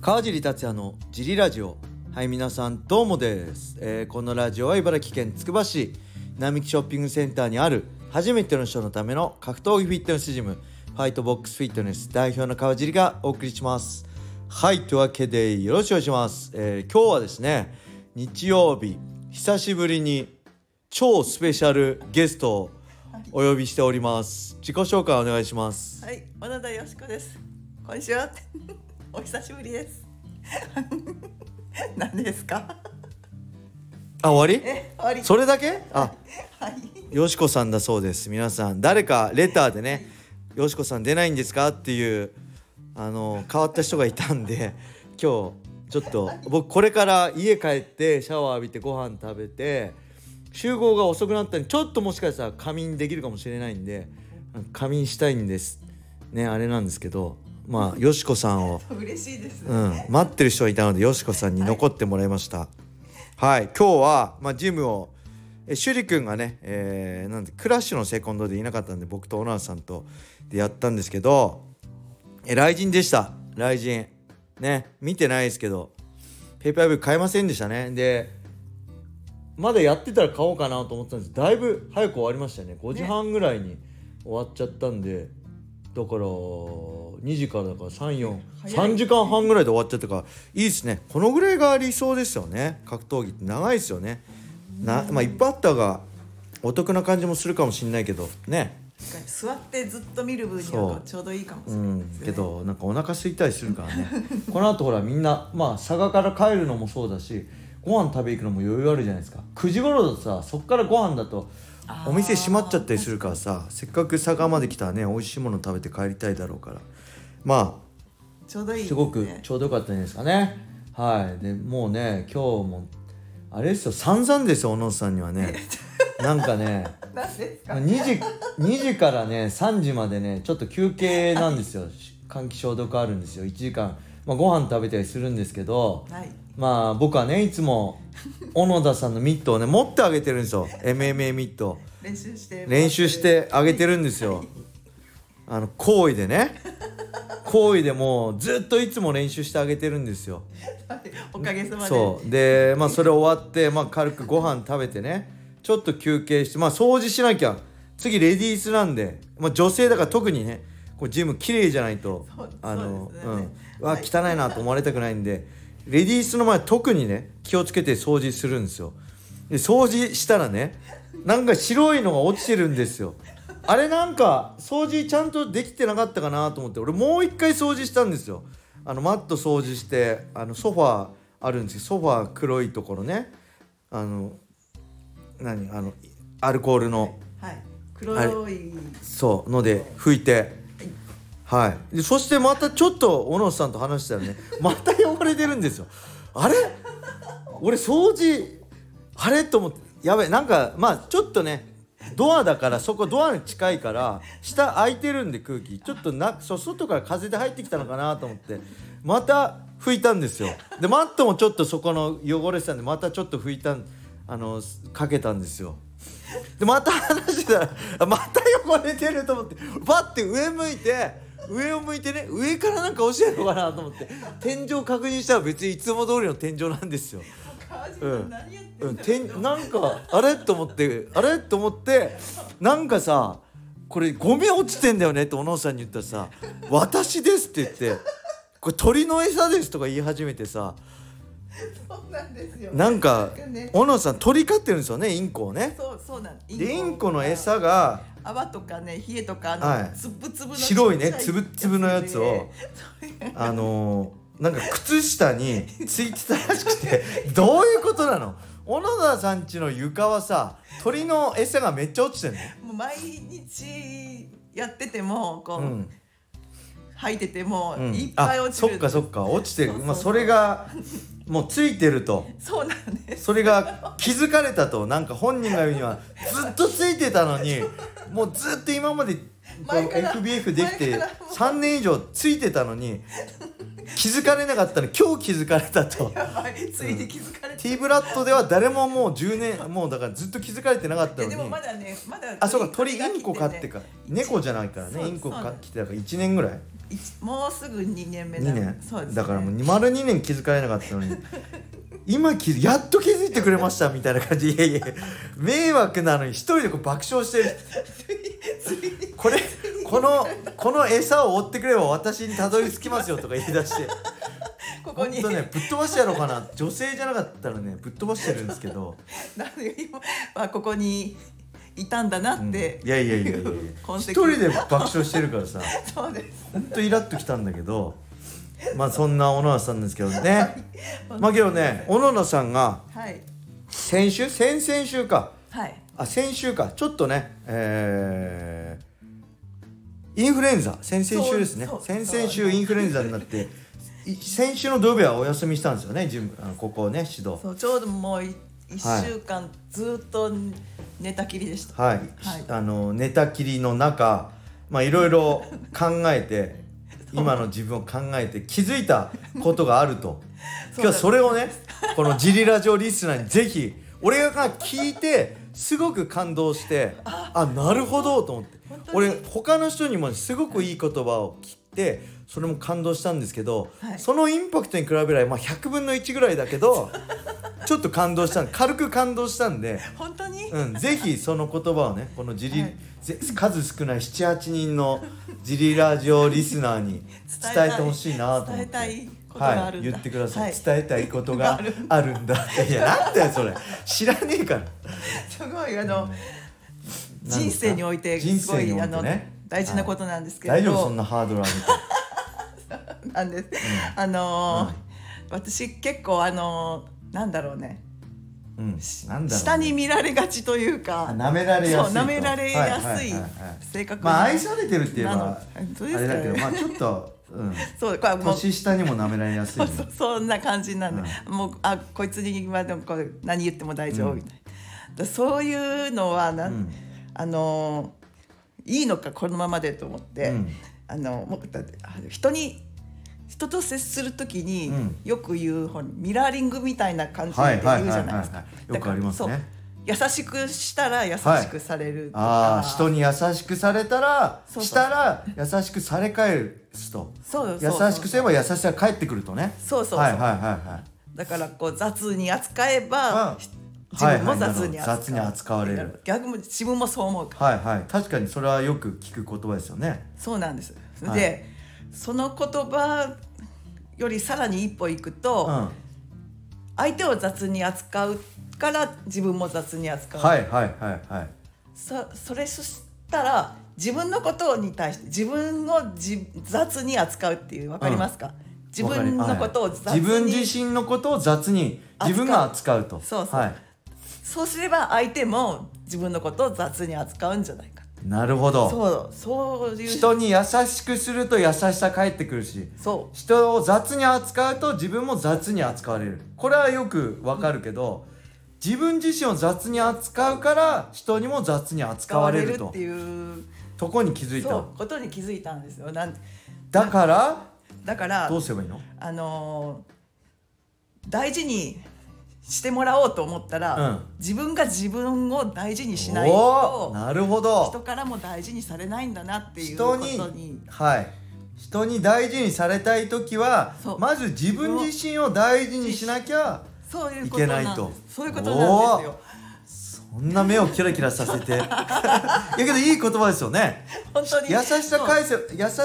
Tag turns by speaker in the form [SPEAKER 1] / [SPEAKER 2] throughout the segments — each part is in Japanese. [SPEAKER 1] 川尻達也のジリラジオはい皆さんどうもです、えーこのラジオは茨城県つくば市並木ショッピングセンターにある初めての人のための格闘技フィットネスジムファイトボックスフィットネス代表の川尻がお送りしますはいというわけでよろしくお願いします、えー今日はですね日曜日久しぶりに超スペシャルゲストをお呼びしております自己紹介お願いします
[SPEAKER 2] はい、小野田よしこです。こんにちは。 お久しぶりです。 何ですか。
[SPEAKER 1] あ終わり
[SPEAKER 2] え、終わり。
[SPEAKER 1] それだけあ
[SPEAKER 2] はい。
[SPEAKER 1] よしこさんだそうです皆さん誰かレターでね「よしこさん出ないんですか?」っていうあの変わった人がいたんで今日ちょっと僕これから家帰ってシャワー浴びてご飯食べて集合が遅くなったんでちょっともしかしたら仮眠できるかもしれないんで仮眠したいんですねあれなんですけどまあよしこさんを、
[SPEAKER 2] 嬉しいです。
[SPEAKER 1] うん、待ってる人がいたのでよしこさんに残ってもらいました。はい、今日は、まあ、ジムを、え、趣里くんがね、えーなんで、クラッシュのセコンドでいなかったんで、僕とオナーさんとでやったんですけど、え、雷神でした。雷神。ね、見てないですけど、ペーパービュー買えませんでしたね。で、まだやってたら買おうかなと思ってたんですだいぶ早く終わりましたね。5時半ぐらいに終わっちゃったんで、だから、2時からだから3、4、
[SPEAKER 2] 早い
[SPEAKER 1] 3時間半ぐらいで終わっちゃったからいいですねこのぐらいが理想ですよね格闘技って長いですよねなまあいっぱいあったがお得な感じもするかもしんないけどね
[SPEAKER 2] 座ってずっと見る分に
[SPEAKER 1] そう
[SPEAKER 2] はちょうどいいかもし
[SPEAKER 1] う
[SPEAKER 2] れない
[SPEAKER 1] ん
[SPEAKER 2] です、ね。
[SPEAKER 1] け。どなんかお腹空いたりするからね この後ほらみんなまあ佐賀から帰るのもそうだしご飯食べ行くのも余裕あるじゃないですか9時頃だとさそっからご飯だと
[SPEAKER 2] あー
[SPEAKER 1] お店閉まっちゃったりするからさせっかく佐賀まで来たらね美味しいもの食べて帰りたいだろうからまあ
[SPEAKER 2] ちょうどいいですす
[SPEAKER 1] ごく
[SPEAKER 2] ね。
[SPEAKER 1] ちょうどよかったんじゃないですかね。はい、でもうね今日もあれですよ散々ですよ小野さんにはねなんかね
[SPEAKER 2] 何ですか。
[SPEAKER 1] 2時2時からね3時までねちょっと休憩なんですよし換気消毒あるんですよ1時間、まあ、ご飯食べたりするんですけど
[SPEAKER 2] はい。
[SPEAKER 1] まあ僕はねいつも小野田さんのミットをね持ってあげてるんですよ MMA ミットを
[SPEAKER 2] 練習して。
[SPEAKER 1] 練習し。てあげてるんですよあの行為でね行為でもうずっといつも練習してあげてるんですよ
[SPEAKER 2] はいおかげさまで。
[SPEAKER 1] そうでまあそれ終わって、まあ、軽くご飯食べてねちょっと休憩してまあ掃除しなきゃ次レディースなんで、まあ、女性だから特にねこうジム綺麗じゃないと
[SPEAKER 2] そう
[SPEAKER 1] あの
[SPEAKER 2] そうです
[SPEAKER 1] う
[SPEAKER 2] よね
[SPEAKER 1] んうわ汚いなと思われたくないんでレディースの前特にね気をつけて掃除するんですよで掃除したらねなんか白いのが落ちてるんですよあれなんか掃除ちゃんとできてなかったかなと思って俺もう一回掃除したんですよあのマット掃除してあのソファーあるんですけどソファー黒いところねあの何あのアルコールの
[SPEAKER 2] はい。黒い。
[SPEAKER 1] そうので拭いてはいでそしてまたちょっと小野さんと話したらね また汚れてるんですよあれ俺掃除あれと思ってやべえなんかまあちょっとねドアだからそこドアに近いから下空いてるんで空気ちょっとなそう外から風で入ってきたのかなと思ってまた拭いたんですよでマットもちょっとそこの汚れてたんでまたちょっと拭いたんあのかけたんですよでまた話してたらあまた汚れてると思ってパッて上向いて上を向いてね上からなんか落ちてるのかなと思って天井確認したら別にいつも通りの天井なんですよ。
[SPEAKER 2] 川尻さん何やって
[SPEAKER 1] うんん、
[SPEAKER 2] だ
[SPEAKER 1] てんなんかあれと思ってあれと思ってなんかさこれゴミ落ちてんだよねってお野さんに言ったらさ「私です」って言って「これ鳥の餌です」とか言い始めてさ
[SPEAKER 2] そうなんですよ。
[SPEAKER 1] なんか
[SPEAKER 2] ね
[SPEAKER 1] 小野さん鳥飼ってるんですよねインコをね。
[SPEAKER 2] そう、そうなん。
[SPEAKER 1] でインコの。餌が
[SPEAKER 2] 泡とかね、冷えとか、
[SPEAKER 1] は
[SPEAKER 2] あ
[SPEAKER 1] い
[SPEAKER 2] の、つぶつぶの。
[SPEAKER 1] 白いね
[SPEAKER 2] ちっちゃ
[SPEAKER 1] つぶっつぶのやつを
[SPEAKER 2] で。それ
[SPEAKER 1] あのーなんか靴下についてたらしくてどういうことなの小野田さんちの床はさ鳥の餌がめっちゃ落ちてんの
[SPEAKER 2] もう毎日やっててもこう、
[SPEAKER 1] うん
[SPEAKER 2] 吐いてても、
[SPEAKER 1] うん
[SPEAKER 2] いっぱい落ち
[SPEAKER 1] あそっ
[SPEAKER 2] る
[SPEAKER 1] かそっか落ちてる
[SPEAKER 2] そうそうそう
[SPEAKER 1] まあ、それがもうついてると
[SPEAKER 2] そうなんです
[SPEAKER 1] それが気づかれたとなんか本人が言うにはずっとついてたのにもうずっと今までこう
[SPEAKER 2] 前から
[SPEAKER 1] FBF できて
[SPEAKER 2] 前からもう
[SPEAKER 1] 3年以上ついてたのに気づかれなかったの今日気づかれたと。
[SPEAKER 2] やばいついて気づかれて、
[SPEAKER 1] T ブラッドでは誰ももう10年もうだからずっと気づかれてなかった
[SPEAKER 2] い
[SPEAKER 1] のに
[SPEAKER 2] やでもまだねまだ
[SPEAKER 1] あそうか鳥
[SPEAKER 2] が
[SPEAKER 1] インコ飼っ
[SPEAKER 2] 来
[SPEAKER 1] て
[SPEAKER 2] てね
[SPEAKER 1] か猫じゃないから
[SPEAKER 2] そう
[SPEAKER 1] ねインコ
[SPEAKER 2] そう
[SPEAKER 1] 飼ってたから1年ぐらい
[SPEAKER 2] 一もうすぐ2年目
[SPEAKER 1] 2年
[SPEAKER 2] そうです、ね、
[SPEAKER 1] だからもう丸2年気づかれなかったの に今気づやっと気づいてくれましたみたいな感じいやいや迷惑なのに一人でこう爆笑してるこれこのこの餌を追ってくれば私にたどり着きますよとか言い出して
[SPEAKER 2] ここ
[SPEAKER 1] 本
[SPEAKER 2] に
[SPEAKER 1] 当ねぶっ飛ばしてやろうかな女性じゃなかったらねぶっ飛ばしてるんですけど、
[SPEAKER 2] なんで今まあここにいたんだな
[SPEAKER 1] うん
[SPEAKER 2] っ
[SPEAKER 1] い
[SPEAKER 2] て、
[SPEAKER 1] やいやいやいやいや
[SPEAKER 2] 痕跡
[SPEAKER 1] 一人で爆笑してるから さ
[SPEAKER 2] そうです
[SPEAKER 1] 本当イラッときたんだけどまあそんな小野田さんですけど ねまあけどね小野田さんが
[SPEAKER 2] はい
[SPEAKER 1] 先週先々週か
[SPEAKER 2] はい
[SPEAKER 1] あ先週かちょっとねえーインフルエンザ先々週ですね
[SPEAKER 2] そうそ
[SPEAKER 1] 先
[SPEAKER 2] う
[SPEAKER 1] 々週インフルエンザになってい先週の土曜日はお休みしたんですよねジムあのここね指導
[SPEAKER 2] そうちょうどもうい一
[SPEAKER 1] はい
[SPEAKER 2] 週間ずっと寝たきりでした、
[SPEAKER 1] はい、
[SPEAKER 2] はい
[SPEAKER 1] あの寝たきりの中まあいろいろ考え て今の自分を考えて気づいたことがあると
[SPEAKER 2] そう
[SPEAKER 1] 今日
[SPEAKER 2] だ
[SPEAKER 1] はそれをねこの「ジリラジオ」リスナーにぜひ俺が聞いてすごく感動してあなるほどと思って
[SPEAKER 2] 本当に
[SPEAKER 1] 俺他の人にもすごくいい言葉を聞いてそれも感動したんですけど、
[SPEAKER 2] はい
[SPEAKER 1] そのインパクトに比べれば、まあ、100分の1ぐらいだけ どちょっと感動した軽く感動したんで。
[SPEAKER 2] 本当に、
[SPEAKER 1] うん、ぜひその言葉をねこのジリ、
[SPEAKER 2] はい
[SPEAKER 1] ぜ数少ない78人のジリラジオリスナーに伝
[SPEAKER 2] 伝えた
[SPEAKER 1] え
[SPEAKER 2] い
[SPEAKER 1] てほしいなと思って
[SPEAKER 2] 伝えたいことがあるんだ
[SPEAKER 1] はい、言ってください、
[SPEAKER 2] はい
[SPEAKER 1] 伝えたいことが
[SPEAKER 2] あるん
[SPEAKER 1] あるんだいやなんだよそれ知らねえから
[SPEAKER 2] すごいあの、
[SPEAKER 1] すか
[SPEAKER 2] 人生において
[SPEAKER 1] 人
[SPEAKER 2] すご
[SPEAKER 1] 生
[SPEAKER 2] い、
[SPEAKER 1] においてね
[SPEAKER 2] あの大事なことなんですけれ
[SPEAKER 1] 大
[SPEAKER 2] ど、
[SPEAKER 1] 丈夫そんなハードル上げて
[SPEAKER 2] なんです、あのー私結構あのーなんだろうね
[SPEAKER 1] うんなんだろう
[SPEAKER 2] 下に見られがちという
[SPEAKER 1] あ
[SPEAKER 2] か
[SPEAKER 1] 舐められやすいと
[SPEAKER 2] そう舐められやすい
[SPEAKER 1] はははは
[SPEAKER 2] 性格
[SPEAKER 1] まあ愛されてるって言え
[SPEAKER 2] なの
[SPEAKER 1] ば
[SPEAKER 2] 本当
[SPEAKER 1] あ
[SPEAKER 2] ですか
[SPEAKER 1] れだけどまあちょっと、 うん、
[SPEAKER 2] そうこれもう
[SPEAKER 1] 年下にも舐められやすい
[SPEAKER 2] そ
[SPEAKER 1] の
[SPEAKER 2] うそうそんな感じなんで、もうあこいつにまあでもこれ何言っても大丈夫みたいな、だそういうのはなん、
[SPEAKER 1] ん
[SPEAKER 2] あのーいいのかこのままでと思って、
[SPEAKER 1] うん
[SPEAKER 2] あのもうだってあの人に人と接するときに、
[SPEAKER 1] うん
[SPEAKER 2] よく言うほらミラーリングみたいな感じで
[SPEAKER 1] は
[SPEAKER 2] 言
[SPEAKER 1] いう
[SPEAKER 2] じ
[SPEAKER 1] は
[SPEAKER 2] ゃ
[SPEAKER 1] いはいはい
[SPEAKER 2] ないです
[SPEAKER 1] は
[SPEAKER 2] か
[SPEAKER 1] い。よくありますね
[SPEAKER 2] だからそう優しくしたら優しくされるとか、
[SPEAKER 1] ああ人に優しくされたら
[SPEAKER 2] そうそう
[SPEAKER 1] したら優しくされ返すと
[SPEAKER 2] そうそう
[SPEAKER 1] 優
[SPEAKER 2] そう
[SPEAKER 1] しくすれば優しさが返ってくるとね
[SPEAKER 2] そうそうそう
[SPEAKER 1] はいはいはいはい
[SPEAKER 2] だからこう雑に扱えば、
[SPEAKER 1] あ
[SPEAKER 2] 自分も雑
[SPEAKER 1] はいはい
[SPEAKER 2] に
[SPEAKER 1] なるほど
[SPEAKER 2] 扱う
[SPEAKER 1] 雑に扱われる
[SPEAKER 2] だから逆も自分もそう思うから
[SPEAKER 1] はいはい確かにそれはよく聞く言葉ですよね
[SPEAKER 2] そうなんです。で、
[SPEAKER 1] はい
[SPEAKER 2] その言葉よりさらに一歩行くと、
[SPEAKER 1] うんはい
[SPEAKER 2] 相手を雑に扱うから自分も雑に扱う、
[SPEAKER 1] はいはいはい
[SPEAKER 2] そそれそしたら自分のことに対して自分をじ雑に扱うっていうわかりますか、自分のことを
[SPEAKER 1] わかり
[SPEAKER 2] 雑
[SPEAKER 1] はい
[SPEAKER 2] に、
[SPEAKER 1] 自分自身のことを雑に自分が扱うと
[SPEAKER 2] そうそう
[SPEAKER 1] はい
[SPEAKER 2] そうすれば相手も自分のことを雑に扱うんじゃないか
[SPEAKER 1] なるほど
[SPEAKER 2] そうそういう
[SPEAKER 1] 人に優しくすると優しさ返ってくるし
[SPEAKER 2] そう
[SPEAKER 1] 人を雑に扱うと自分も雑に扱われるこれはよくわかるけど、自分自身を雑に扱うから人にも雑に扱
[SPEAKER 2] 使
[SPEAKER 1] わ
[SPEAKER 2] わ
[SPEAKER 1] れ
[SPEAKER 2] れ
[SPEAKER 1] る
[SPEAKER 2] る
[SPEAKER 1] と
[SPEAKER 2] っていう
[SPEAKER 1] とこに気づい
[SPEAKER 2] そ
[SPEAKER 1] た
[SPEAKER 2] うことに気づいたんですよなん
[SPEAKER 1] だから
[SPEAKER 2] だから
[SPEAKER 1] どうすればいいの
[SPEAKER 2] あのー大事にしてもらおうと思ったら、
[SPEAKER 1] うん
[SPEAKER 2] 自分が自分を大事にしない
[SPEAKER 1] おー
[SPEAKER 2] と
[SPEAKER 1] なるほ
[SPEAKER 2] 人
[SPEAKER 1] ど
[SPEAKER 2] からも大事にされないんだなっていうこ
[SPEAKER 1] 人
[SPEAKER 2] とに
[SPEAKER 1] にはい人に大事にされたい時は
[SPEAKER 2] そう
[SPEAKER 1] まず自分自身を大事にしなきゃ
[SPEAKER 2] そういうことなん
[SPEAKER 1] いけないと
[SPEAKER 2] ですそういうことなんですよ
[SPEAKER 1] そんな目をキラキラさせ ていやけどいい言葉ですよね
[SPEAKER 2] 本当に
[SPEAKER 1] 優しさ返せ優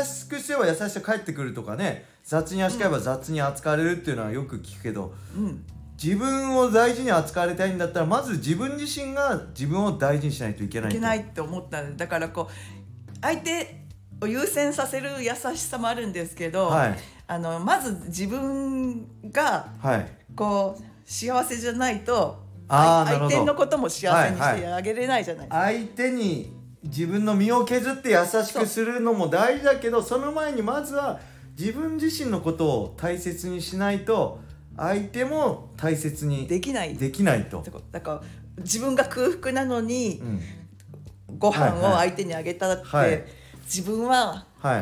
[SPEAKER 1] しくすれば優しさ返ってくるとかね雑に扱えば雑に扱われるっていうのはよく聞くけど、
[SPEAKER 2] そううん
[SPEAKER 1] 自分を大事に扱われたいんだったらまず自分自身が自分を大事にしないといけない
[SPEAKER 2] い
[SPEAKER 1] と
[SPEAKER 2] けないって思ったんでだからこう相手を優先させる優しさもあるんですけど、
[SPEAKER 1] はい
[SPEAKER 2] あのまず自分が
[SPEAKER 1] はい
[SPEAKER 2] こう幸せじゃないと
[SPEAKER 1] あー
[SPEAKER 2] 相
[SPEAKER 1] なるほど
[SPEAKER 2] 相手のことも幸せにしてあげれないじゃないですか、
[SPEAKER 1] 相手に自分の身を削って優しくするのも大事だけどその前にまずは自分自身のことを大切にしないと相手も大切に
[SPEAKER 2] できない
[SPEAKER 1] できないと
[SPEAKER 2] って。ことだから自分が空腹なのに
[SPEAKER 1] うん
[SPEAKER 2] ご飯
[SPEAKER 1] はい
[SPEAKER 2] を
[SPEAKER 1] はい
[SPEAKER 2] 相手にあげたって、
[SPEAKER 1] はい
[SPEAKER 2] 自分は
[SPEAKER 1] はい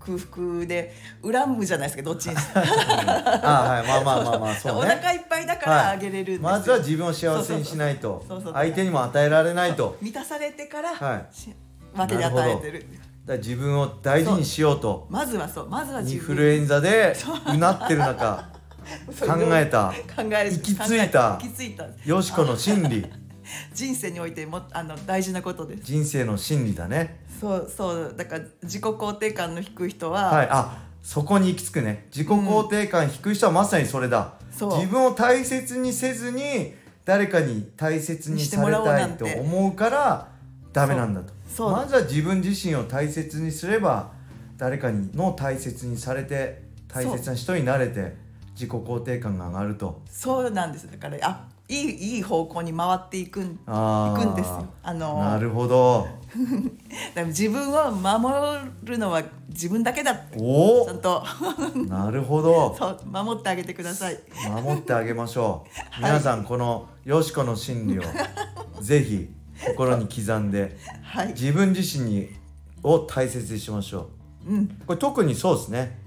[SPEAKER 2] 空腹,、空腹で恨むじゃないですかどっちにしても
[SPEAKER 1] あはい、まあまあ まあまあそう
[SPEAKER 2] お
[SPEAKER 1] ね。
[SPEAKER 2] 腹いっぱいだからあげれるんですよ、
[SPEAKER 1] まずは自分を幸せにしないと
[SPEAKER 2] そうそうそうそうそう
[SPEAKER 1] 相手にも与えられないと
[SPEAKER 2] 満たされてから、
[SPEAKER 1] はい
[SPEAKER 2] し分けで与えてる
[SPEAKER 1] ら自分を大事にしようと
[SPEAKER 2] まずはそうまずは
[SPEAKER 1] イ
[SPEAKER 2] 自
[SPEAKER 1] ンフ
[SPEAKER 2] 分
[SPEAKER 1] ルエンザでうなってる中
[SPEAKER 2] そ
[SPEAKER 1] 考
[SPEAKER 2] う
[SPEAKER 1] えた
[SPEAKER 2] 考え
[SPEAKER 1] 行き着いた
[SPEAKER 2] 考え行き着いた
[SPEAKER 1] よしこの真理
[SPEAKER 2] 人生においてもあの大事なことです
[SPEAKER 1] 人生の真理だね
[SPEAKER 2] そうそうだから自己肯定感の低い人は、
[SPEAKER 1] はいあそこに行き着くね自己肯定感低い人はまさにそれだ、
[SPEAKER 2] そう
[SPEAKER 1] 自分を大切にせずに誰かに大切にされたいと思うからダメなんだと
[SPEAKER 2] そうそう
[SPEAKER 1] まずは自分自身を大切にすれば誰かにの大切にされて大切な人になれて自己肯定感が上がると
[SPEAKER 2] そうなんですだからあいいいい方向に回っていくん
[SPEAKER 1] あ
[SPEAKER 2] い
[SPEAKER 1] ー
[SPEAKER 2] くんですよあの
[SPEAKER 1] なるほど
[SPEAKER 2] だから自分を守るのは自分だけだって
[SPEAKER 1] お
[SPEAKER 2] ちゃ
[SPEAKER 1] お
[SPEAKER 2] んと
[SPEAKER 1] なるほど
[SPEAKER 2] そう守ってあげてください
[SPEAKER 1] 守ってあげましょう皆さんこのよしこの真 理をぜひ心に刻んで
[SPEAKER 2] はい
[SPEAKER 1] 自分自身にを大切にしましょ
[SPEAKER 2] うん
[SPEAKER 1] うこれ特にそうですね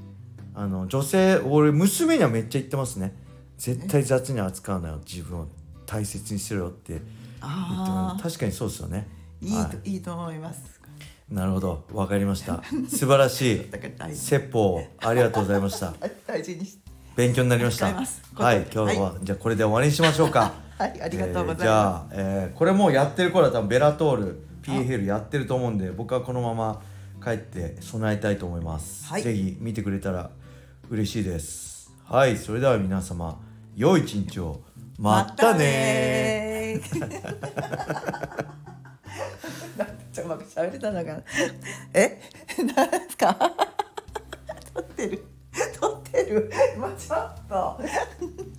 [SPEAKER 1] あの女性俺娘にはめっちゃ言ってますね絶対雑に扱うなよ自分を大切にしろよって言ってま
[SPEAKER 2] あ
[SPEAKER 1] す確かにそうですよね
[SPEAKER 2] ーいい
[SPEAKER 1] は
[SPEAKER 2] といいと思います
[SPEAKER 1] い、なるほどわかりました素晴らし
[SPEAKER 2] だから大
[SPEAKER 1] い
[SPEAKER 2] 事
[SPEAKER 1] 説法をありがとうございました
[SPEAKER 2] 大事にし
[SPEAKER 1] 勉強になりました
[SPEAKER 2] 使います
[SPEAKER 1] はい今日は、じゃあこれで終わりにしましょうか
[SPEAKER 2] はいありがとうござい
[SPEAKER 1] え
[SPEAKER 2] ます、
[SPEAKER 1] ーじゃあ、えーこれもうやってる頃は多分ベラトール PFL やってると思うんで僕はこのまま帰って備えたいと思います、
[SPEAKER 2] はい
[SPEAKER 1] ぜひ見てくれたら嬉しいですはいそれでは皆様良い一日をまたね
[SPEAKER 2] またねーなんかちょっとうまく喋れたのかな。え、 なんですか。 撮ってる。撮ってる。まあ、ちょっと。